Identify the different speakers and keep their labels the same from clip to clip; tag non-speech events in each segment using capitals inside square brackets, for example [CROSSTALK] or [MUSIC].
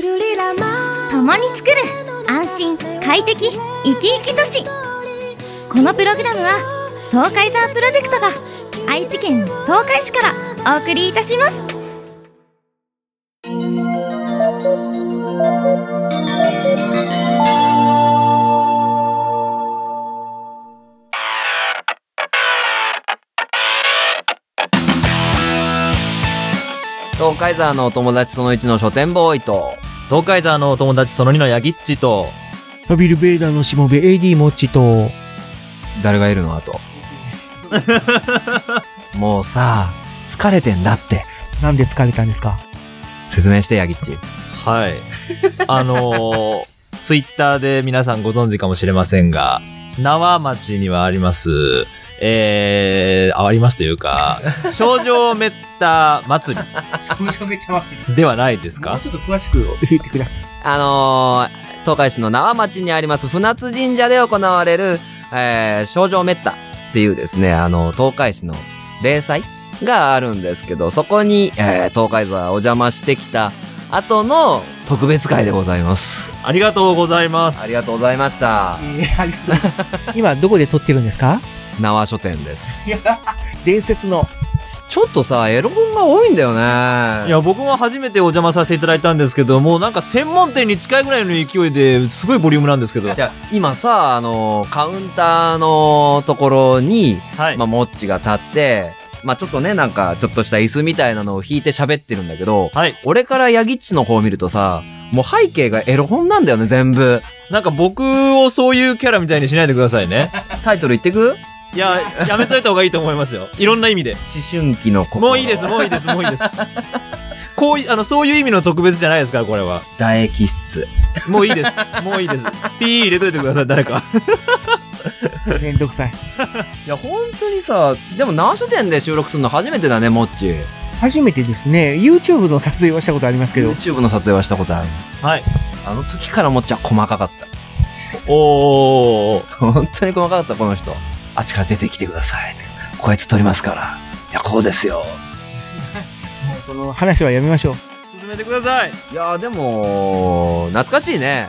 Speaker 1: 共に作る安心快適生き生き都市このプログラムは東海山プロジェクトが愛知県東海市からお送りいたします
Speaker 2: 東海沢のお友達その1の書店ボーイと、
Speaker 3: 東海沢のお友達その2のヤギッチと、
Speaker 4: 飛びるベーダーのしもべ AD もっちと、
Speaker 2: 誰がいるのあ [LAUGHS] と。もうさ、疲れてんだって。
Speaker 4: なんで疲れたんですか
Speaker 2: 説明して、ヤギッチ。 [LAUGHS]
Speaker 3: はい。あのー、ツイッターで皆さんご存知かもしれませんが、縄町にはあります、えー、あありますという
Speaker 2: [LAUGHS]
Speaker 3: か、症状めった祭
Speaker 4: もしかめっちゃます
Speaker 3: りではないです
Speaker 4: も
Speaker 3: か
Speaker 4: うちょっと詳しく言ってください。
Speaker 2: あのー、東海市の縄町にあります船津神社で行われる、えー、症状めったっていうですね、あの、東海市の霊祭があるんですけど、そこに、えー、東海座お邪魔してきた後の特別会でございます。
Speaker 3: ありがとうございます。
Speaker 2: ありがとうございました。
Speaker 4: 今どこで撮ってるんですか
Speaker 2: 縄書店です。
Speaker 4: 伝説の。
Speaker 2: ちょっとさ、エロ本が多いんだよね。
Speaker 3: いや、僕も初めてお邪魔させていただいたんですけど、もうなんか専門店に近いぐらいの勢いで、すごいボリュームなんですけど。
Speaker 2: じゃあ今さ、あの、カウンターのところに、
Speaker 3: はい。
Speaker 2: まあ、モッチが立って、まあ、ちょっとね、なんか、ちょっとした椅子みたいなのを引いて喋ってるんだけど、
Speaker 3: はい。
Speaker 2: 俺からヤギッチの方を見るとさ、もう背景がエロ本なんだよね、全部。
Speaker 3: なんか僕をそういうキャラみたいにしないでくださいね。
Speaker 2: タイトル言ってく
Speaker 3: いや、やめといた方がいいと思いますよ。いろんな意味 [LAUGHS] で。
Speaker 2: 思春期の心。
Speaker 3: もういいです、。もういいです、もういいです。こういあの、そういう意味の特別じゃないですから、これは。
Speaker 2: 唾液質。
Speaker 3: もういいです。もういいです。ピー入れといてください、誰か。
Speaker 4: めんどくさい。
Speaker 2: いや、本当にさ、でも縄書店で収録するの初めてだね、モッチ。
Speaker 4: 初めてですね、YouTube の撮影はしたことありますけど、
Speaker 2: YouTube の撮影はしたことある。
Speaker 3: はい。
Speaker 2: あの時からモッチは細かかった。
Speaker 3: おー。
Speaker 2: 本当に細かかった、この人。あっちから出てきてくださいって。こいつ取りますから。いや、こうですよ。
Speaker 4: もうその話はやめましょう。
Speaker 3: 進めてください。
Speaker 2: いやーでも、懐かしいね。
Speaker 4: ね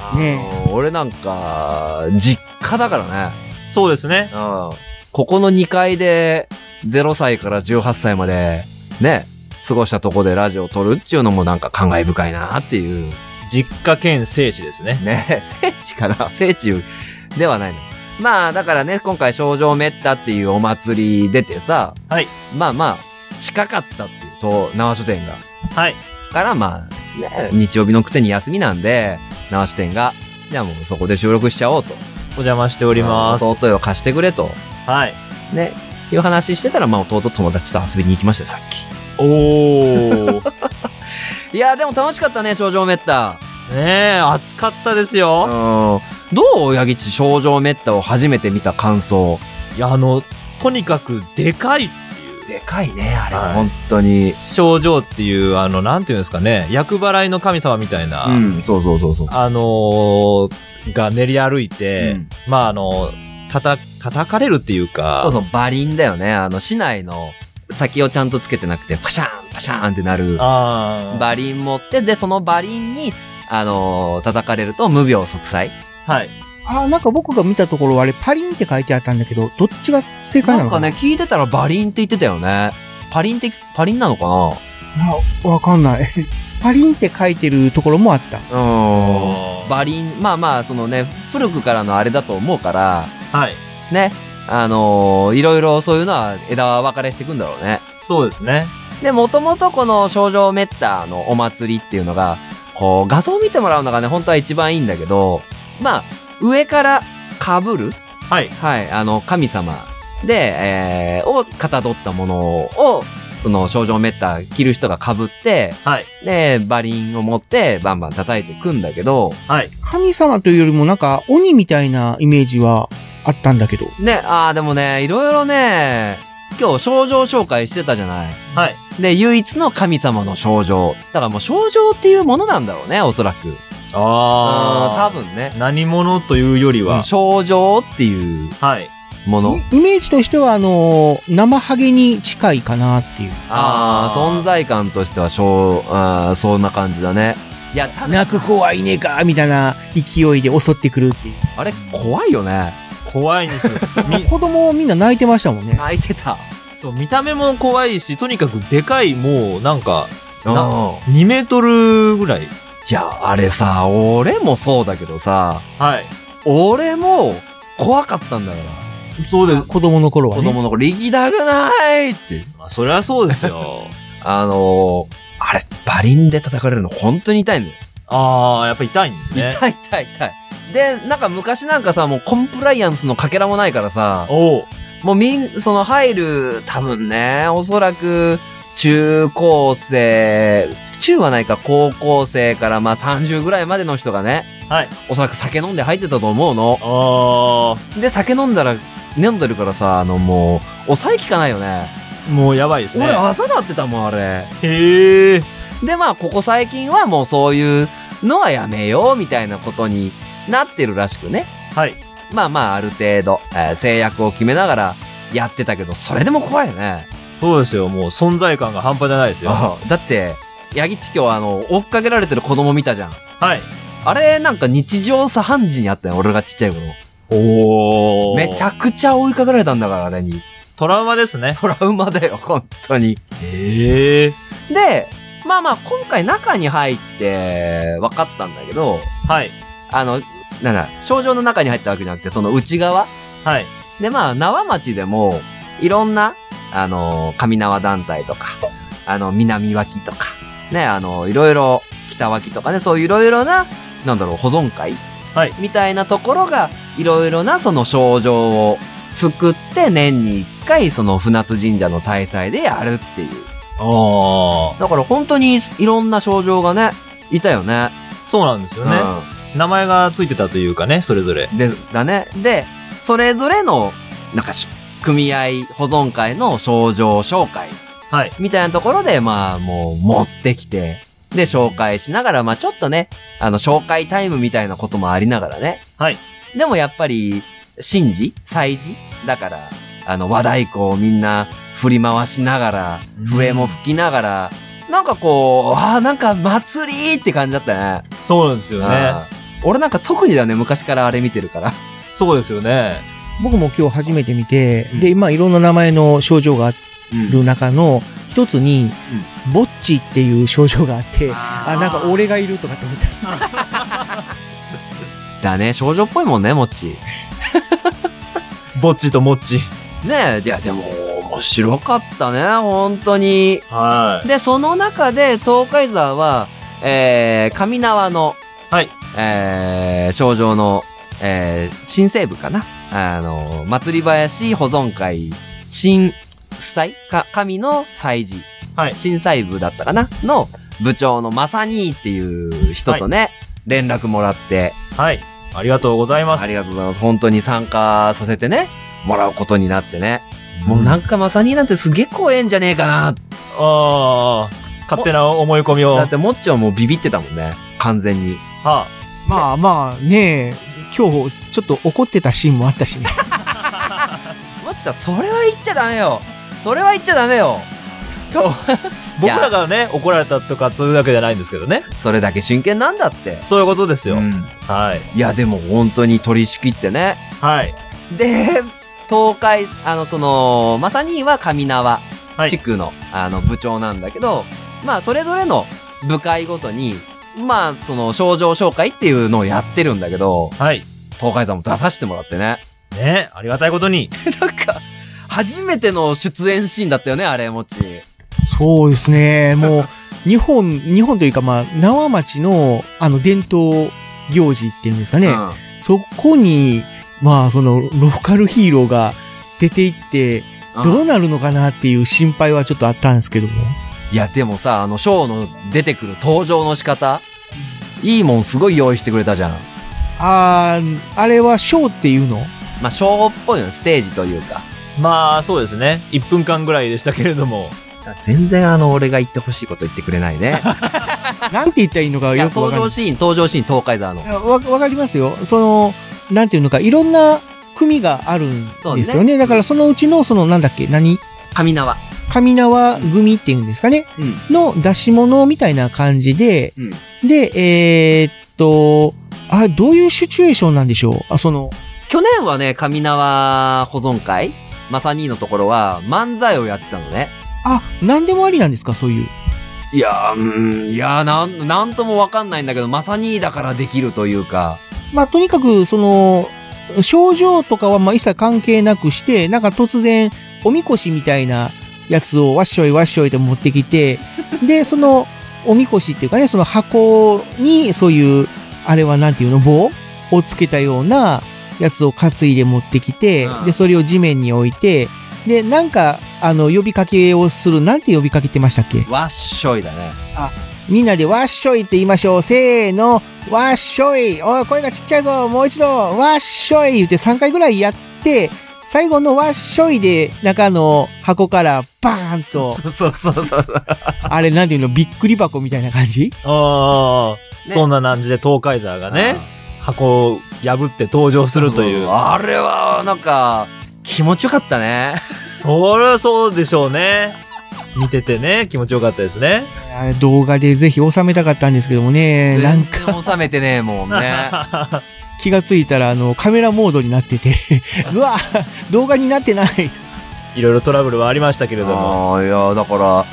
Speaker 2: あのー俺なんか、実家だからね。
Speaker 3: そうですね。
Speaker 2: うん。ここの2階で、0歳から18歳まで、ね、過ごしたとこでラジオを撮るっていうのもなんか感慨深いなっていう。
Speaker 3: 実家兼聖地ですね。
Speaker 2: ね、 [LAUGHS] 聖地かな聖地ではないの。まあ、だからね、今回、症状めったっていうお祭り出てさ、
Speaker 3: はい。
Speaker 2: まあまあ、近かったっていうと、縄書店が。
Speaker 3: はい。
Speaker 2: から、まあ、ね、日曜日のくせに休みなんで、縄書店が、じゃあもうそこで収録しちゃおうと。
Speaker 3: お邪魔しております。
Speaker 2: 弟よ貸してくれと。
Speaker 3: はい。
Speaker 2: ね、いう話してたら、まあ弟友達と遊びに行きましたよ、さっ
Speaker 3: おー。
Speaker 2: き。いやー、でも楽しかったね、症状めった。
Speaker 3: ねえ、暑かったです
Speaker 2: うん
Speaker 3: よ。。
Speaker 2: どうヤギち、症状めったを初めて見た感想。
Speaker 3: いや、あの、とにかくでかいっていう。
Speaker 2: でかいね、あれ。
Speaker 3: はい
Speaker 2: 本当に。
Speaker 3: 症状っていう、あの、なんていうんですかね。厄払いの神様みたいな。
Speaker 2: うん、そうそうそうそう。
Speaker 3: あのーが練り歩いて、
Speaker 2: うん
Speaker 3: まああの、たた、叩かれるっていうか、
Speaker 2: そうそう、馬輪だよね。あの、市内の先をちゃんとつけてなくて、パシャーン、パシャーンってなる
Speaker 3: あ
Speaker 2: 馬輪持って、で、その馬輪に、あのー叩かれると無病息災。
Speaker 3: あ、はい。
Speaker 4: あー、なんか僕が見たところあれ、パリンって書いてあったんだけど、どっちが正解な
Speaker 2: なん
Speaker 4: の
Speaker 2: か
Speaker 4: かな
Speaker 2: ね、聞いてたら馬輪って言ってたよね。パリンって、パリンなのかな
Speaker 4: あわかんない。 [LAUGHS] パリンって書いてるところもあった。
Speaker 2: うん。
Speaker 3: ば
Speaker 2: 馬輪、まあまあ、そのね、古くからのあれだと思うから、
Speaker 3: はい。
Speaker 2: ね、あのーいろいろそういうのは枝は分かれしていくんだろうね。
Speaker 3: そうですね。
Speaker 2: で、もともとこの少女メッタのお祭りっていうのが、こう、画像を見てもらうのがね、本当は一番いいんだけど、まあ、上から被る
Speaker 3: はい。
Speaker 2: はい、あの、神様で、えーをかたどったものを、その、少女メッタ着る人が被って、
Speaker 3: はい。
Speaker 2: で、馬輪を持って、バンバン叩いていくんだけど、
Speaker 3: はい。
Speaker 4: 神様というよりもなんか鬼みたいなイメージはあったんだけど。
Speaker 2: ね、ああ、でもね、いろいろね、今日、症状紹介してたじゃない。
Speaker 3: はい。
Speaker 2: で、唯一の神様の症状。だからもう、症状っていうものなんだろうね、おそらく。ああ、多
Speaker 3: あ
Speaker 2: 分ね。
Speaker 3: あ。何者というよりは、
Speaker 2: 症状っていう
Speaker 3: はい。
Speaker 2: もの。
Speaker 4: イイメージとしては、あのー、生ハゲに近いかなっていう。
Speaker 2: ああ、
Speaker 3: あー
Speaker 2: 存在感としては、そう、あーそんな感じだね。いや、ただ、
Speaker 4: [LAUGHS] 泣く子はいねえかみたいな勢いで襲ってくるっていう。
Speaker 2: あれ、怖いよね。
Speaker 3: 怖いん [LAUGHS] ですよ。み
Speaker 4: 子供みんな泣いてましたもんね。
Speaker 2: 泣いてた。
Speaker 3: そう見た目も怖いし、とにかくでかい、もうなんか、
Speaker 2: う。
Speaker 3: なん2メートルぐらい。
Speaker 2: いや、あれさ、俺もそうだけどさ、
Speaker 3: はい。
Speaker 2: 俺も怖かったんだから。
Speaker 3: そうです。
Speaker 4: 子供の頃は
Speaker 2: 子
Speaker 4: ね。
Speaker 2: 供の頃、行きたくないって。
Speaker 3: まあ、そりゃそうですよ。
Speaker 2: あのー、あれ、バリンで叩かれるの本当に痛いんだよ。
Speaker 3: [LAUGHS] ああ、やっぱ痛いんですね。
Speaker 2: 痛い痛い痛い。で、なんか昔なんかさ、もうコンプライアンスのかけらもないからさ、
Speaker 3: おう
Speaker 2: もうみん、その入る、多分ね、おそらく、中高生、中はないか、高校生からまあ30ぐらいまでの人がね、
Speaker 3: はい。
Speaker 2: おそらく酒飲んで入ってたと思うの。
Speaker 3: あ
Speaker 2: で、酒飲んだら、飲んでるからさ、あのもう、抑えきかないよね。
Speaker 3: あ、もうやばいですね
Speaker 2: 俺、。あざなってたもん、あれ。
Speaker 3: へえ。
Speaker 2: で、まあ、ここ最近はもうそういうのはやめよう、みたいなことになってるらしくね。
Speaker 3: はい。
Speaker 2: まあまあ、ある程度、えー制約を決めながらやってたけど、それでも怖いよね。
Speaker 3: そうですよ。もう存在感が半端じゃないですよ。は
Speaker 2: ああだって、ヤギチキョはあの、追っかけられてる子供見たじゃん。
Speaker 3: い。
Speaker 2: あれ、なんか日常茶飯事にあったよ、俺がちっちゃい頃。
Speaker 3: おお。
Speaker 2: めちゃくちゃ追いかけられたんだから、あれに。
Speaker 3: トラウマですね。
Speaker 2: トラウマだよ、 [LAUGHS] 本当に。
Speaker 3: へえ。
Speaker 2: で、まあまあ、今回中に入って、分かったんだけど、
Speaker 3: はい。
Speaker 2: あの、なんだ、症状の中に入ったわけじゃなくて、その内側。
Speaker 3: はい。
Speaker 2: で、まあ、縄町でも、いろんな、あの、上縄団体とか、あの、南脇とか、ね、あの、いろいろ、北脇とかね、そういういろいろな、なんだろう、保存会
Speaker 3: はい
Speaker 2: みたいなところが、いろいろな、その症状を作って、年に一回、その、船津神社の大祭でやるっていう。
Speaker 3: ああ。
Speaker 2: だから本当にいろんな症状がね、いたよね。
Speaker 3: そうなんですよね。名前がついてたというかね、それぞれ。
Speaker 2: うんで、だね。で、それぞれの、なんかし、組合保存会の症状紹介
Speaker 3: はい。
Speaker 2: みたいなところで、まあ、もう持ってきて、で、紹介しながら、まあ、ちょっとね、あの、紹介タイムみたいなこともありながらね。
Speaker 3: はい。
Speaker 2: でもやっぱり、神事祭事だから、あの、和太鼓をみんな振り回しながら、笛も吹きながら、なんかこう、ああ、なんか祭りって感じだったね。
Speaker 3: そうなんですよね。
Speaker 2: あー俺なんか特にだね、昔からあれ見てるから。
Speaker 3: そうですよね。
Speaker 4: 僕も今日初めて見て、
Speaker 2: うん
Speaker 4: で、今いろんな名前の症状がある中の一つに、ぼっちっていう症状があって、
Speaker 3: あ
Speaker 4: あ、なんか俺がいるとかって思った。
Speaker 2: だね、少女っぽいもんね、もっち。
Speaker 3: ぼっちともっち。
Speaker 2: ねえ、いやでも、面白かったね、本当に。
Speaker 3: は
Speaker 2: で、その中で、東海沢は、えー、上縄の、
Speaker 3: はい。
Speaker 2: えー、症状の、えー、新西部かなあの、祭り林保存会、新祭か、神の祭事。
Speaker 3: はい
Speaker 2: 新祭部だったかなの部長のまさにっていう人とね、連絡もらって、
Speaker 3: い。はい。ありがとうございます。
Speaker 2: ありがとうございます。本当に参加させてね、もらうことになってね。もうなんかまさになんてすげえ怖えんじゃねえかな。
Speaker 3: ああ、勝手な思い込みを。
Speaker 2: だ
Speaker 3: は
Speaker 2: ってもっちはもうビビってたもんね。完全に。
Speaker 3: あ、
Speaker 4: まあまあね、今日ちょっと怒ってたシーンもあったしね。
Speaker 2: もっちさん、それは言っちゃダメよ。それは言っちゃダメよ。今日、
Speaker 3: 僕らがね、怒られたとかそういうわけじゃないんですけどね。
Speaker 2: それだけ真剣なんだって。
Speaker 3: そういうことですよ。
Speaker 2: うん
Speaker 3: はい。
Speaker 2: いや、でも本当に取り仕切ってね。
Speaker 3: はい。
Speaker 2: で、東海、あの、その、まさには上縄
Speaker 3: は
Speaker 2: 地
Speaker 3: い。
Speaker 2: 区の、あの、部長なんだけど、まあ、それぞれの部会ごとに、まあ、その、症状紹介っていうのをやってるんだけど、
Speaker 3: はい。
Speaker 2: 東海さんも出させてもらってね。
Speaker 3: ね、ありがたいことに。
Speaker 2: なんか、初めての出演シーンだったよね、あれ、もっち。
Speaker 4: そうですね、も
Speaker 2: [LAUGHS]
Speaker 4: う、日本、日本というかまあ、縄町の、あの、伝統行事っていうんですかね。
Speaker 2: うん
Speaker 4: そこに、まあ、その、ローカルヒーローが出ていって、どうなるのかなっていう心配はちょっとあったんですけども。
Speaker 2: いや、でもさ、あの、ショーの出てくる登場の仕方、いいもんすごい用意してくれたじゃん。
Speaker 4: あー、あれはショーってい
Speaker 2: [LAUGHS]
Speaker 4: うの
Speaker 2: まあ、ショーっぽいの、ステージというか。
Speaker 3: まあ、そうですね。1分間ぐらいでしたけれども。
Speaker 2: 全然あの、俺が言ってほしいこと言ってくれないね。
Speaker 4: なんて言ったらいいのか
Speaker 2: [LAUGHS] いや
Speaker 4: よくわ
Speaker 2: 登
Speaker 4: かんな
Speaker 2: 場
Speaker 4: い
Speaker 2: シーン、登場シーン、東海沢の
Speaker 4: い。や。わわかりますよ。その、なんていうのか、いろんな組があるんです
Speaker 2: そ
Speaker 4: よ
Speaker 2: う
Speaker 4: ね。
Speaker 2: ね
Speaker 4: だからそのうちの、その、なんだっけ、何
Speaker 2: 上縄。
Speaker 4: 神縄組っていうんですかね、
Speaker 2: うん
Speaker 4: の出し物みたいな感じで、で、えーっと、あ、どういうシチュエーションなんでしょうあ、その、
Speaker 2: 去年はね、神縄保存会まさにのところは漫才をやってたのね。
Speaker 4: あ、なんでもありなんですかそういう。
Speaker 2: いやー、うん、いやー、なん、なんともわかんないんだけど、まさにだからできるというか。
Speaker 4: まあ、とにかく、その、症状とかはまあ一切関係なくして、なんか突然、おみこしみたいなやつをわっしょいわっしょいと持ってきて、で、その、おみこしっていうかね、その箱に、そういう、あれはなんていうの、棒をつけたようなやつを担いで持ってきて
Speaker 2: う、ん
Speaker 4: で、それを地面に置いて、で、なんか、あの、呼びかけをする、なんて呼びかけてましたっけ
Speaker 2: わっしょいだね。
Speaker 4: みんなでわっしょいって言いましょう。せーの、わっしょい。おい、声がちっちゃいぞ。もう一度、わっしょい。言って3回ぐらいやって、最後のわっしょいで、中の箱からバーン [LAUGHS] と、
Speaker 2: [LAUGHS] そうそうそうそう。
Speaker 4: あれなんていうの、びっくり箱みたいな感じ
Speaker 3: ああ、
Speaker 2: ね
Speaker 3: そんな感じで東海ザーがね、箱を破って登場するという。
Speaker 2: あれは、なんか、気持ちよかったね。
Speaker 3: そりゃそうでしょうね。見ててね、気持ちよかったですね。
Speaker 4: あれ動画でぜひ収めたかったんですけどもね、なんか
Speaker 2: 全然収めてねえもんね。
Speaker 4: 気がついたら、あの、カメラモードになってて、 [LAUGHS] うわ、動画になってない。
Speaker 3: いろいろトラブルはありましたけれども。
Speaker 2: ああいやだから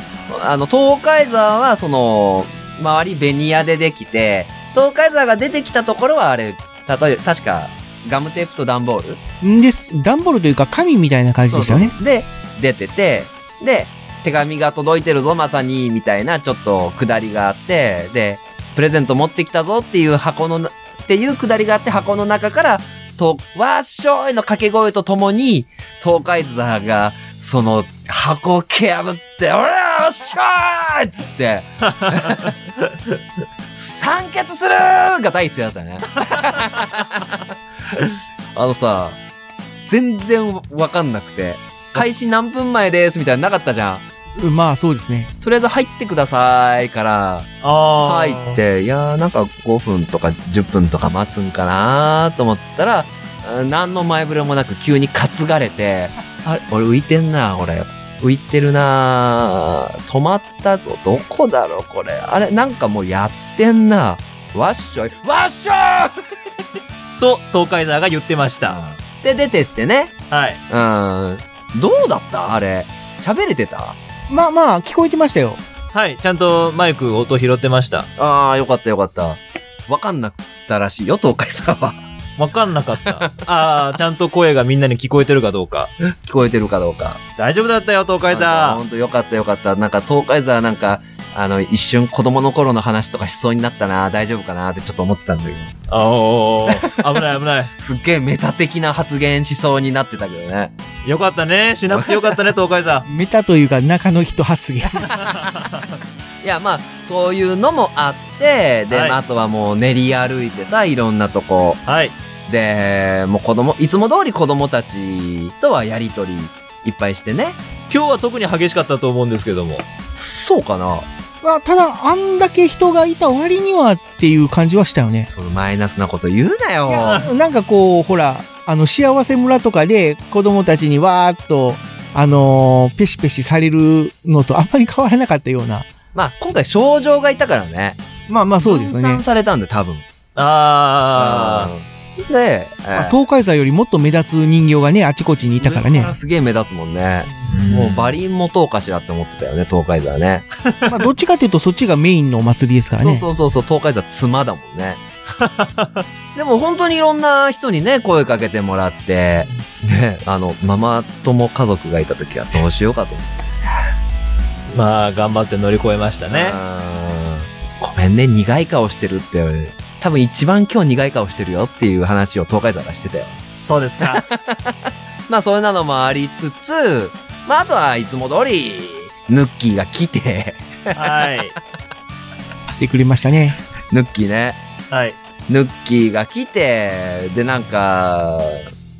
Speaker 2: あの東海山はその周りベニヤでできて東海山が出てきたところはあれたとえ確かガムテープと段ボール
Speaker 4: んです、段ボールというか紙みたいな感じでしたよね。
Speaker 2: で出ててで手紙が届いてるぞまさにみたいなちょっと下りがあってでプレゼント持ってきたぞっていう箱のなっていう下りがあって箱の中からとわっしょいの掛け声とともに東海座がその箱を蹴破って「おらよっしゃーい!」っつって
Speaker 4: [LAUGHS]
Speaker 2: 「酸欠する!」が第一声だった
Speaker 4: [LAUGHS]
Speaker 2: ねあのさ全然わかんなくて開始何分前ですみたいなのなかったじゃん
Speaker 4: まあそうですね。
Speaker 2: とりあえず入ってくださいから
Speaker 3: ああ
Speaker 2: 入っ。て、いやーなんか5分とか10分とか待つんかなーと思ったら、うん何の前触れもなく急に担がれて、 [LAUGHS] あれ、俺浮いてんな、これ。浮いてるなー止まったぞ。どこだろう、これ。あれ、なんかもうやってんな。わっしょい。わっしょー
Speaker 3: と、東海ザーが言ってました。
Speaker 2: って出てってね。
Speaker 3: はい。
Speaker 2: うん。どうだったあれ。喋れてた
Speaker 4: まあまあ、聞こえてましたよ。
Speaker 3: はい、ちゃんとマイク音拾ってました。
Speaker 2: あー、よかったよかった。わかんなかったらしいよ、東海さんは。 [LAUGHS]
Speaker 3: わかんなかった。 [LAUGHS] ああ、ちゃんと声がみんなに聞こえてるかどうか。
Speaker 2: 聞こえてるかどうか。
Speaker 3: 大丈夫だったよ、東海
Speaker 2: なんか
Speaker 3: ザ
Speaker 2: ほんとよかったよかった。なんか東海座なんか、あの、一瞬子供の頃の話とかしそうになったな、大丈夫かなってちょっと思ってたんだけど。
Speaker 3: ー。あおー危ない危ない。
Speaker 2: すっげえメタ的な発言しそうになってたけどね。
Speaker 3: よかったね。しなくてよ
Speaker 2: [LAUGHS]
Speaker 3: かったね、東海ザ
Speaker 4: メタというか中の人発言。
Speaker 2: いや、まあ、そういうのもあって、で、
Speaker 3: はい
Speaker 2: まああとはもう練り歩いてさ、いろんなとこ。
Speaker 3: ー。はい。
Speaker 2: で、もう子供、いつも通り子供たちとはやりとりいっぱいしてね。
Speaker 3: 今日は特に激しかったと思うんですけども。
Speaker 2: そうかな
Speaker 4: まあ、ただ、あんだけ人がいた割にはっていう感じはしたよね。
Speaker 2: そのマイナスなこと言うなよ。
Speaker 4: なんかこう、ほら、あの、幸せ村とかで子供たちにわーっと、あのーペシペシされるのとあんまり変わらなかったような。
Speaker 2: まあ、今回症状がいたからね。
Speaker 4: まあまあそうですよ
Speaker 2: 分
Speaker 4: ね
Speaker 2: 散。されたんで、多分。
Speaker 3: ああ。
Speaker 2: で、え
Speaker 4: ま
Speaker 2: ー
Speaker 4: あ東海座よりもっと目立つ人形がね、あちこちにいたから
Speaker 2: 上
Speaker 4: ね。
Speaker 2: すげえ目立つもんね。もうバリンもどうかしらって思ってたよね、東海座ね。
Speaker 4: まあどっちかというとそっちがメインのお祭りですからね。
Speaker 2: そうそうそうそう、東海座妻だもん
Speaker 4: [LAUGHS]
Speaker 2: ね。でも本当にいろんな人にね、声かけてもらって、ね、あの、ママ友家族がいた時はどうしようかと思って。
Speaker 3: まあ、頑張って乗り越えましたね。
Speaker 2: うん。ごめんね、苦い顔してるって。多分一番今日苦い顔してるよっていう話を東海座がしてたよ。
Speaker 3: そうですか。
Speaker 2: まあそんなのもありつつ、まああとはいつも通り、ヌッキーが来て、 [LAUGHS]
Speaker 3: はい。
Speaker 4: 来てくれましたね。
Speaker 2: ヌッキーね、
Speaker 3: はい。
Speaker 2: ヌッキーが来て、で、なんか、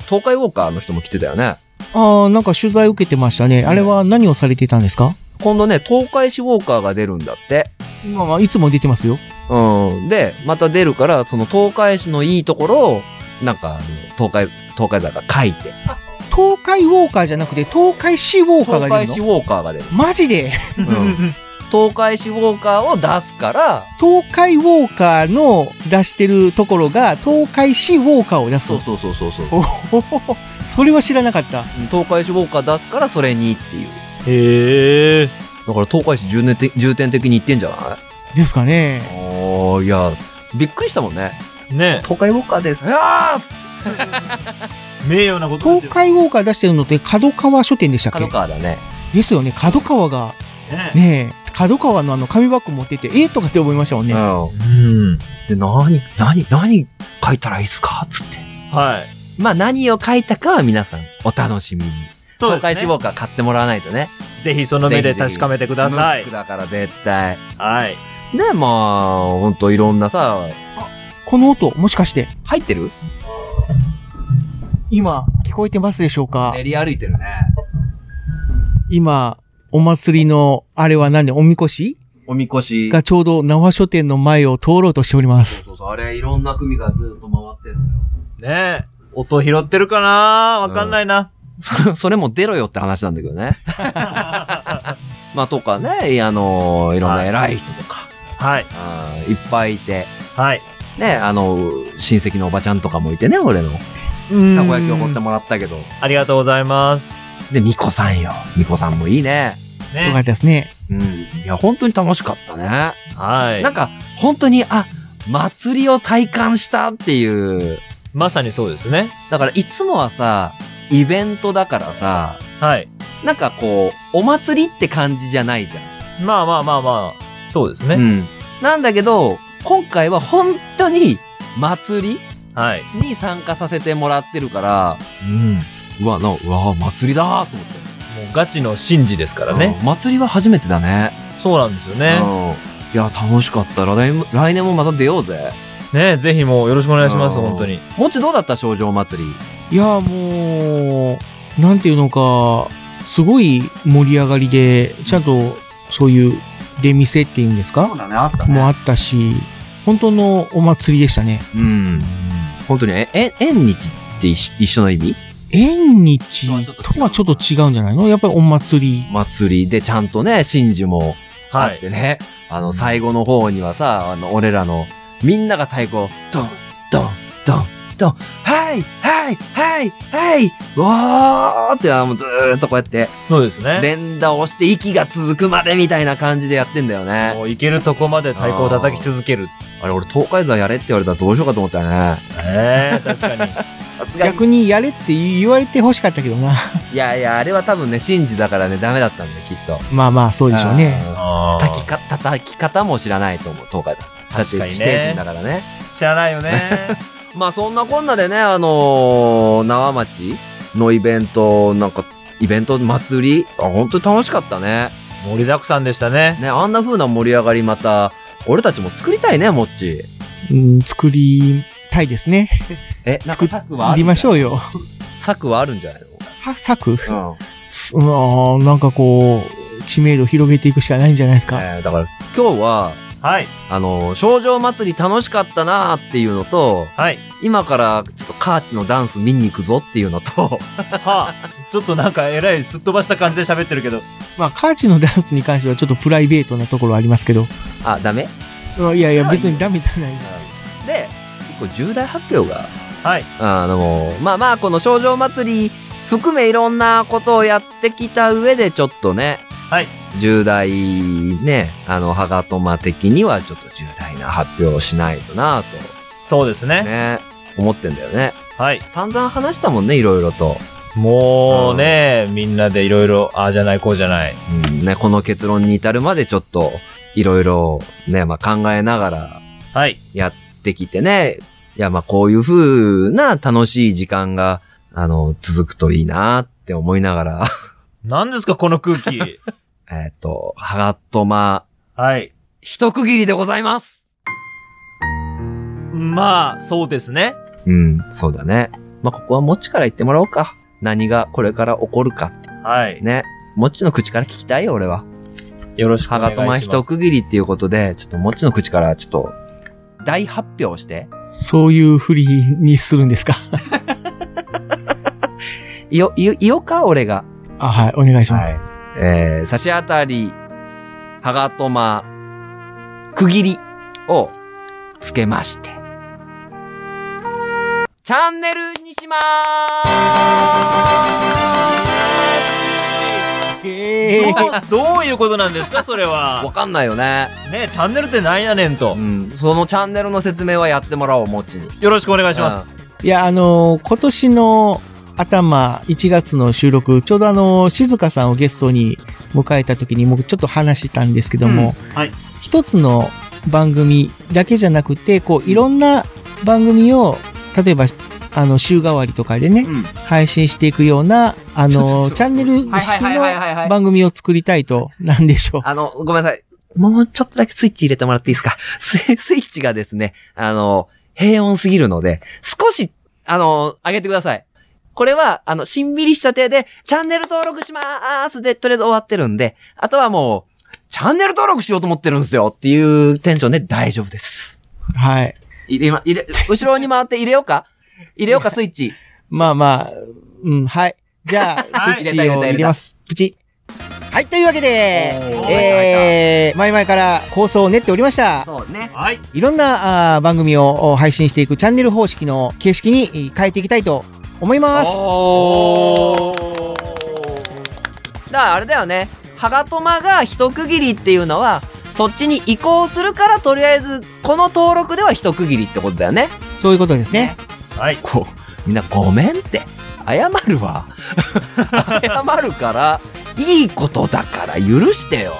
Speaker 2: 東海ウォーカーの人も来てたよね。
Speaker 4: ああ、なんか取材受けてましたね。あれは何をされてたんですか
Speaker 2: 今度ね、東海市ウォーカーが出るんだって。
Speaker 4: まあまあ、いつも出てますよ。
Speaker 2: うん。で、また出るから、その東海市のいいところを、なんか、あの東海、東海座が書いて。
Speaker 4: 東海ウォーカーじゃなくて、東海市ウォーカー
Speaker 2: 東
Speaker 4: が出
Speaker 2: 海
Speaker 4: る
Speaker 2: 市
Speaker 4: の
Speaker 2: ウォーカーが出る。
Speaker 4: マジで
Speaker 2: うん東海市ウォーカーを出すから、
Speaker 4: 東海ウォーカーの出してるところが、東海市ウォーカーを出す
Speaker 2: そう
Speaker 4: の。
Speaker 2: そうそうそうそう。
Speaker 4: おほほほそれは知らなかった。
Speaker 2: 東海市ウォーカー出すからそれにっていう。
Speaker 3: へえ。
Speaker 2: だから東海市重点的重点的に行ってんじゃない
Speaker 4: ですかね。
Speaker 2: おー、いや、びっくりしたもんね。
Speaker 3: ね
Speaker 2: 東海ウォーカーです。あーっつって
Speaker 3: 名誉なことです
Speaker 4: 東
Speaker 3: よ。
Speaker 4: 海ウォーカー出してるのって角川書店でしたっ
Speaker 2: 角
Speaker 4: け
Speaker 2: 川だね。
Speaker 4: ですよね。角川が、
Speaker 3: ね
Speaker 4: ねえ、角川のあの紙バッグ持ってて、えーとかって思いましたもんね。
Speaker 2: うん。
Speaker 3: うん。
Speaker 2: で、何、何、何書いたらいいっすかつって。
Speaker 3: はい。
Speaker 2: まあ何を書いたかは皆さんお楽しみに。
Speaker 3: そう
Speaker 2: 東海
Speaker 3: で
Speaker 2: 市
Speaker 3: す
Speaker 2: ウォ
Speaker 3: ね。
Speaker 2: ーカー買ってもらわないとね。
Speaker 3: ぜひその目で確かめてください
Speaker 2: ムック。だから絶対。
Speaker 3: はい。
Speaker 2: で、まあ、ほんといろんなさ、
Speaker 4: この音、もしかして、
Speaker 2: 入ってる
Speaker 4: 今、聞こえてますでしょうか
Speaker 2: 練り歩いてるね。
Speaker 4: 今、お祭りの、あれは何で、おみこし
Speaker 2: おみこし。
Speaker 4: がちょうど縄書店の前を通ろうとしております。
Speaker 2: そうそうそう、あれいろんな組がずっと回ってるのよ。
Speaker 3: ね音拾ってるかなわかんないな。
Speaker 2: [LAUGHS] そそれも出ろよって話なんだけどね。 [LAUGHS] まあとかね、あのーいろんな偉い人とか、
Speaker 3: はい。
Speaker 2: あーいっぱいいて、
Speaker 3: はい。
Speaker 2: ね、あの親戚のおばちゃんとかもいてね、俺の。
Speaker 4: うん
Speaker 2: たこ焼きを持ってもらったけど。
Speaker 3: ありがとうございます。よ
Speaker 2: で、みこさんよ。みこさんもいいね。
Speaker 4: よか
Speaker 3: ね。
Speaker 4: ったですね。
Speaker 2: うん。いや、本当に楽しかったね。
Speaker 3: は
Speaker 2: なん
Speaker 3: い。
Speaker 2: か、本当に、あ、祭りを体感したっていう。
Speaker 3: まさにそうですね。
Speaker 2: だから、いつもはさ、イベントだからさ、
Speaker 3: はい。
Speaker 2: なんかこう、お祭りって感じじゃないじゃん。
Speaker 3: まあまあまあまあ。そうです
Speaker 2: う
Speaker 3: ね。
Speaker 2: ん。なんだけど、今回は本当に祭
Speaker 3: はい。
Speaker 2: りに参加させてもらってるから、
Speaker 3: うん。も
Speaker 2: うわ、な、うわ、祭りだーと思って。
Speaker 3: うガチの神事ですからね。
Speaker 2: うん祭りは初めてだね。
Speaker 3: そうなんですよ
Speaker 2: うん
Speaker 3: ね。。
Speaker 2: いや、楽しかった。来年も、来年もまた出ようぜ。
Speaker 3: ねぜひもうよろしくお願いします、
Speaker 2: うん
Speaker 3: 本当に。
Speaker 2: もっちどうだった少女祭り。
Speaker 4: いや、もう、なんていうのか、すごい盛り上がりで、ちゃんと、そういう出店っていうんですか
Speaker 2: だね、あった
Speaker 4: もあったし、本当のお祭りでしたね。
Speaker 2: うん。本当に、え、え、縁日って一緒一緒の意味
Speaker 4: 縁日とはちょっと違うんじゃないのやっぱりお祭り。
Speaker 2: 祭りでちゃんとね、神事もあ
Speaker 3: は
Speaker 2: っ
Speaker 3: い。
Speaker 2: てね、あの、最後の方にはさ、あの、俺らの、みんなが太鼓、ドン、ドン、ドン、ドン、はい、はい、はい、はい、わーって、あの、ずーっとこうやって、
Speaker 3: そうですね。
Speaker 2: 連打をして息が続くまでみたいな感じでやってんだよね。
Speaker 3: もう行けるとこまで太鼓を叩き続ける。
Speaker 2: あれ、俺、東海座やれって言われたらどうしようかと思ったよね。
Speaker 3: ね確かに。
Speaker 2: さすがに。
Speaker 4: 逆にやれって言われて欲しかったけどな。 [LAUGHS]
Speaker 2: いやいや、あれは多分ね、神事だからね、ダメだったんだよ、きっと。
Speaker 4: まあまあ、そうでしょうね。
Speaker 2: あー。
Speaker 3: あ
Speaker 2: 叩きか、叩き方も知らないと思う、東海座。だって
Speaker 3: 確かにね
Speaker 2: 地底人だからね。
Speaker 3: 知らないよね。
Speaker 2: まあそんなこんなでね、あのー、縄町のイベント、なんか、イベント祭り、あ、本当に楽しかったね。
Speaker 3: 盛りだくさんでしたね。
Speaker 2: ね、あんな風な盛り上がりまた、俺たちも作りたいね、もっち。
Speaker 4: うん、作りたいですね。
Speaker 2: え、なんか策はある
Speaker 4: りましょ
Speaker 2: う。
Speaker 4: うよ。
Speaker 2: 策はあるんじゃない
Speaker 4: さ、策
Speaker 2: のうん。
Speaker 4: すうんあーなんかこう、知名度広げていくしかないんじゃないですか。
Speaker 2: えーだから、今日は、
Speaker 3: はい。
Speaker 2: あのー、少女祭り楽しかったなーっていうのと、
Speaker 3: はい。
Speaker 2: 今からちょっとカーチのダンス見に行くぞっていうのと、
Speaker 3: はあ、ちょっとなんかえらいすっ飛ばした感じで喋ってるけど。
Speaker 4: まあ、カーチのダンスに関してはちょっとプライベートなところありますけど。
Speaker 2: あ、ダメ
Speaker 4: うんいやいや、別にダメじゃない。
Speaker 2: で、結構重大発表が
Speaker 3: はい。
Speaker 2: あの、まあまあ、この少女祭り含めいろんなことをやってきた上で、ちょっとね、
Speaker 3: はい。
Speaker 2: 重大ね、あの、ハガトマ的にはちょっと重大な発表をしないとなぁ
Speaker 3: そうです
Speaker 2: と、
Speaker 3: ね。
Speaker 2: ね、思ってんだよね。
Speaker 3: はい。
Speaker 2: 散々話したもんね、いろいろと。
Speaker 3: もうね、みんなでいろいろ、ああじゃない、こうじゃない。
Speaker 2: うん、ね、この結論に至るまでちょっと、いろいろね、まあ考えながら
Speaker 3: はい。
Speaker 2: やってきてね、いや、まあこういう風な楽しい時間が、あの、続くといいなって思いながら、
Speaker 3: 何ですか、この空気。
Speaker 2: えっ、と、ハガトマ、
Speaker 3: [LAUGHS] はい。
Speaker 2: 一区切りでございます。
Speaker 3: まあ、そうですね。
Speaker 2: うん、そうだね。まあ、ここはもっちから言ってもらおうか。何がこれから起こるかって
Speaker 3: はい。
Speaker 2: ね。もっちの口から聞きたいよ、俺は。
Speaker 3: よろしくお
Speaker 2: ハ
Speaker 3: 願
Speaker 2: ガ
Speaker 3: いし
Speaker 2: ト
Speaker 3: ます。
Speaker 2: マ一区切りっていうことで、ちょっともっちの口からちょっと、大発表して。
Speaker 4: そういうふりにするんですか。
Speaker 2: いよ、いよ、いよか俺が。
Speaker 4: あ、はい、お願いしま
Speaker 3: は
Speaker 4: す。
Speaker 3: い。
Speaker 2: えー、差し当たり、はがとま、区切りをつけまして、チャンネルにしま
Speaker 3: [LAUGHS]
Speaker 4: えー
Speaker 3: どうどういうことなんですか、それ
Speaker 2: ーわ
Speaker 3: は。
Speaker 2: かんないよね。
Speaker 3: ねチャンネルってなんやねんと
Speaker 2: う。ん。そのチャンネルの説明はやってもらおう、もっちに。
Speaker 3: よろしくお願いします。
Speaker 2: う
Speaker 4: いや、あのー今年の頭、1月の収録、ちょうどあのー静香さんをゲストに迎えた時に、もうちょっと話したんですけども、
Speaker 3: はい
Speaker 4: 一つの番組だけじゃなくて、こう、いろんな番組を、例えば、あの、週替わりとかでね、
Speaker 2: ん。
Speaker 4: 配信していくような、あ
Speaker 2: [LAUGHS]
Speaker 4: のーチャンネル式
Speaker 2: はいはいはいはいはい
Speaker 4: の番組を作りた
Speaker 2: [LAUGHS]
Speaker 4: いと、なんでしょう。
Speaker 2: あの、ごめんなさい。もうちょっとだけスイッチ入れてもらっていいですか [LAUGHS] スイスイッチがですね、あの、平穏すぎるので、少し、あの、上げてください。これは、あの、しんびりした手で、チャンネル登録しまーすで、とりあえず終わってるんで、あとはもう、チャンネル登録しようと思ってるんですよっていうテンションで大丈夫です。
Speaker 4: はい。
Speaker 2: 入れま、入れ、後ろに回って入れようか入れようか、スイッチ。 [LAUGHS]
Speaker 4: まあまあ、うん、はい。じゃあ、
Speaker 3: はい
Speaker 4: スイッチを入れます。プチ。はい、というわけで、
Speaker 3: おー
Speaker 4: えー、前々から構想を練っておりました。
Speaker 2: そうね。
Speaker 3: はい。
Speaker 4: いろんなあー番組をお配信していくチャンネル方式の形式にえー変えていきたいと思います。
Speaker 2: おーだからあれだよねハガトマが一区切りっていうのはそっちに移行するからとりあえずこの登録では一区切りってことだよね
Speaker 4: そういうことですね。
Speaker 3: はい。
Speaker 2: こうみんなごめんって謝るわ謝るからいいことだから許してよ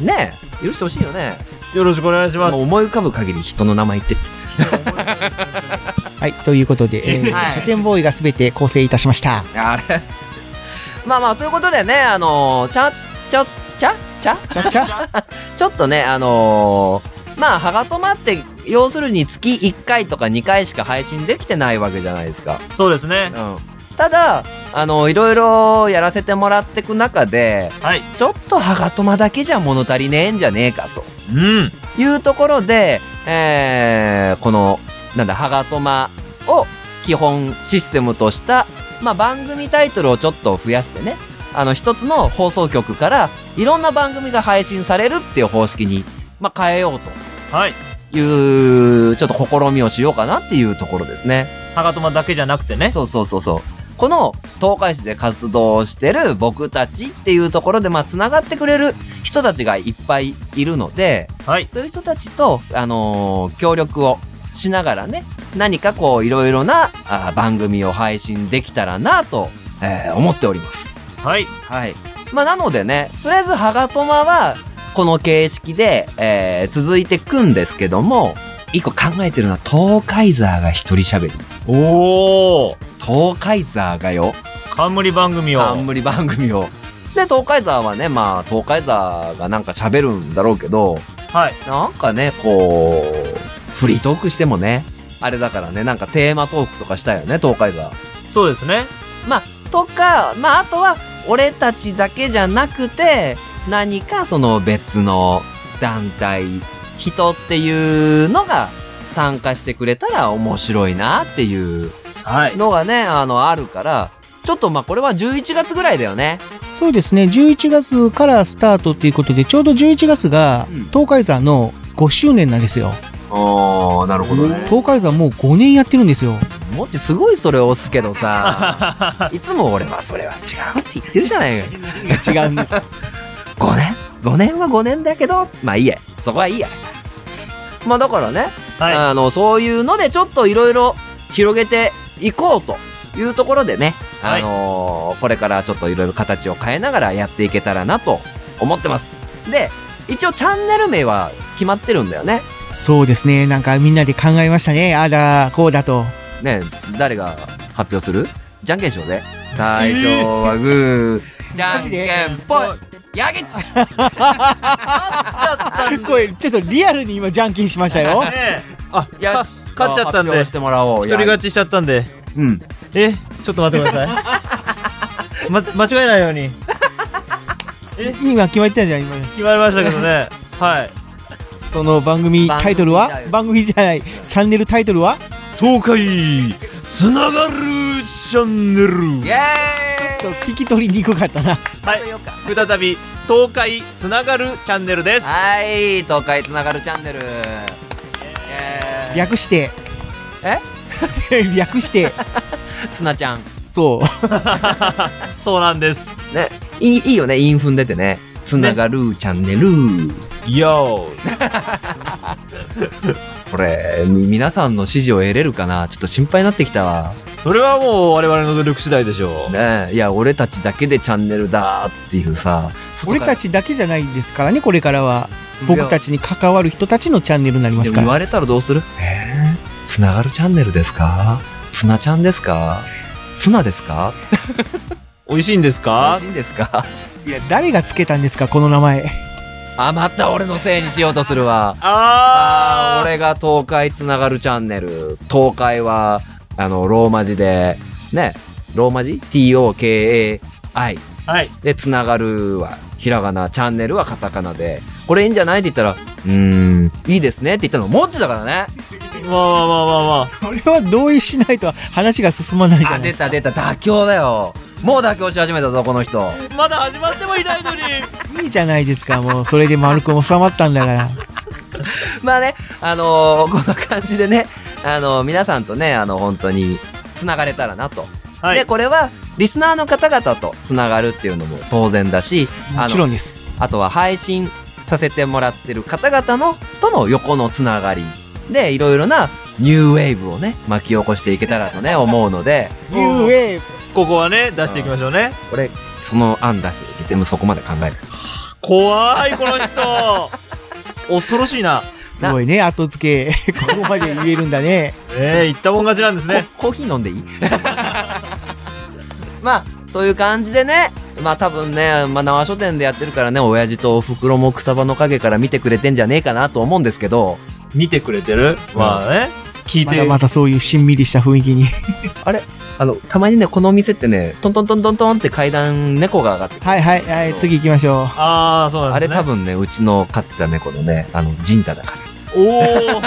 Speaker 2: ねえ許してほしいよね
Speaker 3: よろしくお願いします
Speaker 2: もう。思い浮かぶ限り人の名前言ってって
Speaker 4: はい、ということで、えー
Speaker 2: はい
Speaker 4: 書店ボーイがすべて構成いたしました。
Speaker 2: あれまあまあということでねあのちゃちゃちゃちゃ
Speaker 4: ちゃちゃ
Speaker 2: ちょっとね、あのーまあ、ハガトマって、要するに月1回とか2回しか配信できてないわけじゃないですか。
Speaker 3: [LAUGHS] そうですね。
Speaker 2: ただ、あの、いろいろやらせてもらってく中で、
Speaker 3: はい。
Speaker 2: ちょっとハガトマだけじゃ物足りねえんじゃねえかと
Speaker 3: うん。
Speaker 2: いうところで、えーこの、なんだ、ハガトマを基本システムとした、まあ、番組タイトルをちょっと増やしてね、あの、一つの放送局からいろんな番組が配信されるっていう方式に、まあ、変えようと。
Speaker 3: はい。
Speaker 2: いう、ちょっと試みをしようかなっていうところですね。
Speaker 3: ハガトマだけじゃなくてね。
Speaker 2: そうそうそうそう。この東海市で活動してる僕たちっていうところで、まあ、つながってくれる人たちがいっぱいいるので、
Speaker 3: はい。
Speaker 2: そういう人たちと、あのー協力をしながらね、何かこう、いろいろなあー番組を配信できたらなと、えー思っております。
Speaker 3: はい。
Speaker 2: はい。まあ、なのでね、とりあえず、ハガトマは、この形式で、えー、続いてくんですけども、一個考えてるのは、トーカイザーが一人喋り。
Speaker 3: おー。
Speaker 2: トーカイザーがよ、
Speaker 3: 冠番組を。
Speaker 2: 冠番組を。で、トーカイザーはね、まあ、トーカイザーがなんか喋るんだろうけど、
Speaker 3: はい。
Speaker 2: なんかね、こう、フリートークしてもね、あれだからね、なんかテーマトークとかしたよね、トーカイザー。
Speaker 3: そうですね。
Speaker 2: まあ、とか、まあ、あとは、俺たちだけじゃなくて、何かその別の団体、人っていうのが参加してくれたら面白いなっていう
Speaker 3: はい。
Speaker 2: のがね、あの、あるから、ちょっとまあこれは11月ぐらいだよね。
Speaker 4: そうですね、11月からスタートということで、ちょうど11月が
Speaker 2: うん
Speaker 4: 東海座の5周年なんですよ。
Speaker 2: ああ、なるほどね。
Speaker 4: 東海座もう5年やってるんですよ。
Speaker 2: もっちすごいそれを押すけどさ、 [LAUGHS] いつも俺はそれは違うって言ってるじゃないか。
Speaker 4: 違うんです。
Speaker 2: 5年 ?5 年は5年だけど、まあいいや。そこはいいや。まあだからね、
Speaker 3: は
Speaker 2: あのそういうのでちょっといろいろ広げていこうというところでね、
Speaker 3: はい
Speaker 2: あのーこれからちょっといろいろ形を変えながらやっていけたらなと思ってますで一応チャンネル名は決まってるんだよね
Speaker 4: [LAUGHS] そうですね、なんかみんなで考えましたね、あら、こうだと。
Speaker 2: ね誰が発表するじゃんけんしようぜ最初はグー、 [LAUGHS] じゃんけんぽいや [LAUGHS] げち
Speaker 4: これ、ちょっとリアルに今、ジャンキンしましたよ
Speaker 3: い。。ねえあ、
Speaker 2: いや
Speaker 3: か勝っちゃったん
Speaker 2: 発表
Speaker 3: で
Speaker 2: し。てもらおう
Speaker 3: 一人勝ちしちゃったんで。
Speaker 2: うん
Speaker 3: え、ちょっと待ってくださ [LAUGHS] い。ま、間違えないように。
Speaker 4: [LAUGHS] 今決まったじゃん、今。
Speaker 3: 決まりましたけどね。はい。
Speaker 4: その番組タイトル
Speaker 2: 番
Speaker 4: は
Speaker 2: 組だよ
Speaker 4: 番組じゃない、チャンネルタイトルは
Speaker 3: 東海つながるチャンネル
Speaker 2: イエ
Speaker 4: ちょっと聞き取りにくかったな。
Speaker 3: はい再び東海つながるチャンネルで
Speaker 2: ー
Speaker 3: す
Speaker 2: はい東海つながるチャンネル
Speaker 4: [LAUGHS] 略して。
Speaker 2: え
Speaker 4: [LAUGHS] 略して。
Speaker 2: つなちゃん [LAUGHS]
Speaker 4: そう。
Speaker 3: そうなんです
Speaker 2: ねいいいいよねインフン出てねつながるチャンネル、
Speaker 3: よ
Speaker 2: これみ皆さんの支持を得れるかなちょっと心配になってきたわ
Speaker 3: それはもう我々の努力次第でしょう
Speaker 2: ねえいや俺たちだけでチャンネルだっていうさ
Speaker 4: 俺た
Speaker 2: ち
Speaker 4: ちだけじゃないですからね、これからは。僕たちに関わる人たちのチャンネルになりますか
Speaker 2: 言
Speaker 4: ら。
Speaker 2: われたらどうするつながるチャンネルですかつなちゃんですかツナですか
Speaker 3: 美味しいんですか
Speaker 2: 美味しいんですか
Speaker 4: いや、誰がつけたんですか、この名前。
Speaker 2: あまた俺のせいにしようとするわあー
Speaker 3: あ
Speaker 2: 俺が東海つながるチャンネル東海はあのローマ字でねローマ字 ?TOKAI
Speaker 3: あはい
Speaker 2: でつながるはひらがなチャンネルはカタカナでこれいいんじゃないって言ったらうーんいいですねって言ったのもっちだからね
Speaker 3: まあまあまあまあまあ
Speaker 4: これは同意しないと話が進まないじゃ
Speaker 2: あ
Speaker 4: ない
Speaker 2: 出た出た妥協だよもう妥協し始めたぞこの人
Speaker 3: まだ始まってもいないのに
Speaker 4: いいじゃないですか、もう。それで丸くん収まったん
Speaker 2: [LAUGHS]
Speaker 4: だから。
Speaker 2: まあね、あのーこんな感じでね、あのー皆さんとね、あの、本当に、つながれたらなと。
Speaker 3: は
Speaker 2: で、
Speaker 3: い
Speaker 2: これは、リスナーの方々とつながるっていうのも当然だし、
Speaker 4: も
Speaker 2: あ
Speaker 4: ち
Speaker 2: の、
Speaker 4: ろんです。
Speaker 2: あとは配信させてもらってる方々の、との横のつながり。で、いろいろな、ニューウェーブをね、巻き起こしていけたらとね、思うので、
Speaker 4: ニューウェーブ。
Speaker 3: ここはね出していきましょうね
Speaker 2: 俺、その案出して、全部そこまで考える。
Speaker 3: 怖いこの [LAUGHS] 人恐ろしいな
Speaker 4: すごいね、後
Speaker 2: [LAUGHS]
Speaker 4: 付け。ここまで言えるんだね。
Speaker 3: ええ言ったもん勝ちなんですね
Speaker 2: ココーヒー飲んでい [LAUGHS] いまあそういう感じでねまあ多分ね、まあ、縄書店でやってるからね親父とおふくろも草場の陰から見てくれてんじゃねえかなと思うんですけど
Speaker 3: 見てくれてるまあね聞い
Speaker 4: ま
Speaker 3: て
Speaker 4: だまだそういうしんみりした雰囲気に。
Speaker 2: あのたまにねこのお店ってねトントントントントンって階段猫が上がってくる
Speaker 4: はいはい、はい、次行きましょう。
Speaker 3: ああそうな
Speaker 2: あ
Speaker 3: ん
Speaker 2: れ
Speaker 3: ですね
Speaker 2: 多分ねうちの飼ってた猫のねあのジンタだから
Speaker 3: おおー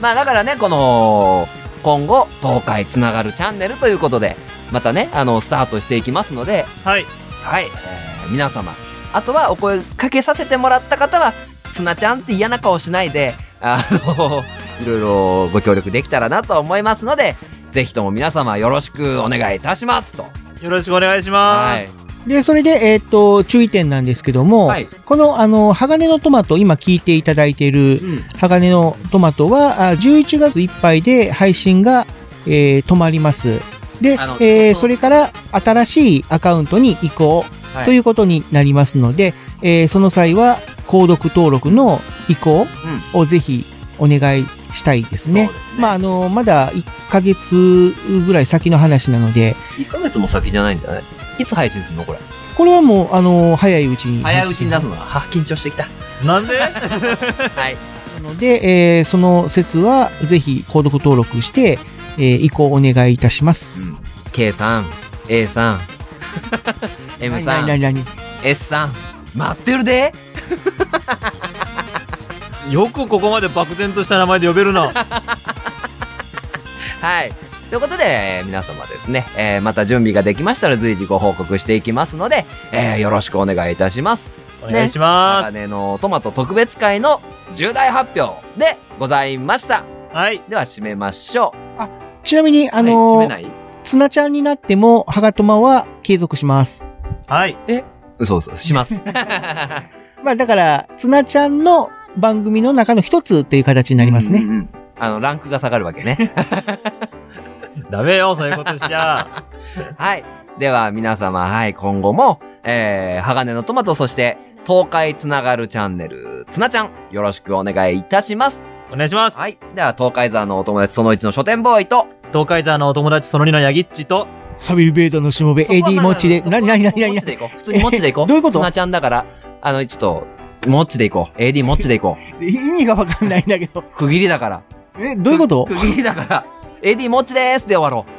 Speaker 2: まあだからねこの今後東海つながるチャンネルということでまたねあのスタートしていきますので
Speaker 3: はい
Speaker 2: はい、えー皆様。あとはお声かけさせてもらった方は、つなちゃんって嫌な顔しないで、あの、 [LAUGHS] いろいろご協力できたらなと思いますので、ぜひとも皆様よろしくお願いいたしますと。
Speaker 3: よろしくお願いします
Speaker 4: で、それで、えーっと、注意点なんですけども、
Speaker 2: はい
Speaker 4: この、あの、鋼のトマト、今聞いていただいてい
Speaker 2: う
Speaker 4: る
Speaker 2: ん。
Speaker 4: 鋼のトマトは、あ11月いっぱいで配信が、えー止まります。で
Speaker 2: あの、
Speaker 4: えー
Speaker 2: そう
Speaker 4: それから新しいアカウントに移行
Speaker 2: はい
Speaker 4: ということになりますので、えーその際は、購読登録の移行をぜひお願いしたいですね。まあ、あの、まだ1ヶ月ぐらい先の話なので、
Speaker 2: 1ヶ月も先じゃないんじゃないいつ配信するのこれ。
Speaker 4: これはもう、あの、早いうちに。
Speaker 2: 早いうちに出すのは、は緊張してきた。
Speaker 3: なんで
Speaker 2: はい。
Speaker 4: なので、えーその説は、ぜひ、購読登録して、えー移行お願いいたします。
Speaker 2: K さん、A さ [LAUGHS] ん、M さん、
Speaker 4: 何々
Speaker 2: S さん、待ってるで
Speaker 3: よくここまで漠然とした名前で呼べるな
Speaker 2: はい。ということで、えー皆様ですね、えーまた準備ができましたら随時ご報告していきますので、えーよろしくお願いいたします。
Speaker 3: お願いします、
Speaker 2: 鋼のトマト特別会の重大発表でございました。
Speaker 3: はい
Speaker 2: では締めましょう。
Speaker 4: ちなみに、あ
Speaker 2: はい、締
Speaker 4: の
Speaker 2: め
Speaker 4: ー
Speaker 2: ない
Speaker 4: ツナちゃんになっても、ハガトマは継続します。
Speaker 3: はい
Speaker 2: 嘘嘘、します。
Speaker 4: [LAUGHS] まあ、だから、ツナちゃんの番組の中の一つっていう形になります
Speaker 2: うん
Speaker 4: ね。
Speaker 2: うんうん。あの、ランクが下がるわけ
Speaker 4: [LAUGHS]
Speaker 2: ね。
Speaker 3: ダメよそういうことしちゃ
Speaker 2: はい。では皆様、はい、今後も、えー、鋼のトマト、そして、東海つながるチャンネル、つなちゃん、よろしくお願いいたします。
Speaker 3: お願いします、
Speaker 2: はい。では、東海山のお友達その1の書店ボーイと、
Speaker 3: 東海座のお友達その2のヤギッチと
Speaker 4: サビルベードのしもべ、
Speaker 2: そこは
Speaker 4: AD
Speaker 2: まあ
Speaker 4: モッチで、
Speaker 2: そこ
Speaker 4: なになになになに
Speaker 2: モッチでいこう。普通にモッチでいこう。
Speaker 4: えどういうこと
Speaker 2: ツナちゃんだから、あの、ちょっと、モッチでいこう。AD モッチでいこ
Speaker 4: [LAUGHS]
Speaker 2: う。
Speaker 4: 意味がわかんないんだけど。
Speaker 2: 区切りだから。
Speaker 4: え、どういうこと
Speaker 2: 区区切りだから。AD モッチでーすで終わろう。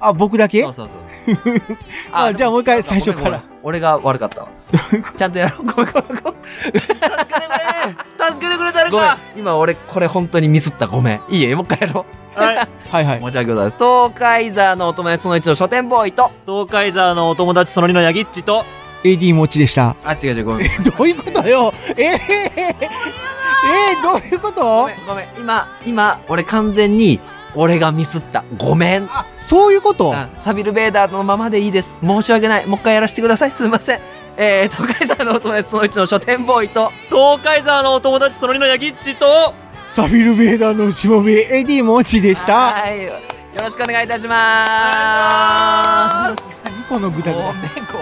Speaker 4: あ、僕だけ
Speaker 2: そうそうそう。
Speaker 4: [LAUGHS] あじゃあもう一回最初か
Speaker 2: でご
Speaker 4: ら。
Speaker 2: めんごめん俺が悪かったわ。ちゃんとやろう。ごめんごめんごめん。
Speaker 3: 助けてくれ助けてくれ誰
Speaker 2: ごめん
Speaker 3: か。
Speaker 2: 今俺、これ本当にミスった。ごめん。いいよ、もう一回やろう。
Speaker 3: はい。
Speaker 4: はいはい。
Speaker 2: 申し訳ございません。東海座のお友達その一の書店ボーイと、
Speaker 3: 東海座のお友達その2のヤギッチと、
Speaker 4: AD 持ち
Speaker 2: [LAUGHS]
Speaker 4: でした。
Speaker 2: あ、違う違う、ごめん。
Speaker 4: どういうことよえー、えー、どういうこ
Speaker 2: ご
Speaker 4: と
Speaker 2: めん、ごめん。今、今、俺完全に、俺がミスった。ごめん。
Speaker 4: そういうこと
Speaker 2: あサビル・ベーダーのままでいいです。申し訳ない。もう一回やらせてください。すいません。えー、東海座のお友達その一の書店ボーイと、
Speaker 3: 東海座のお友達その2のヤギッチと、
Speaker 4: サビル・ベーダーのしもべ AD 持ちでした。
Speaker 2: はい。よろしくお願いいたします。
Speaker 4: このぐだぐだ
Speaker 2: ごめん、ご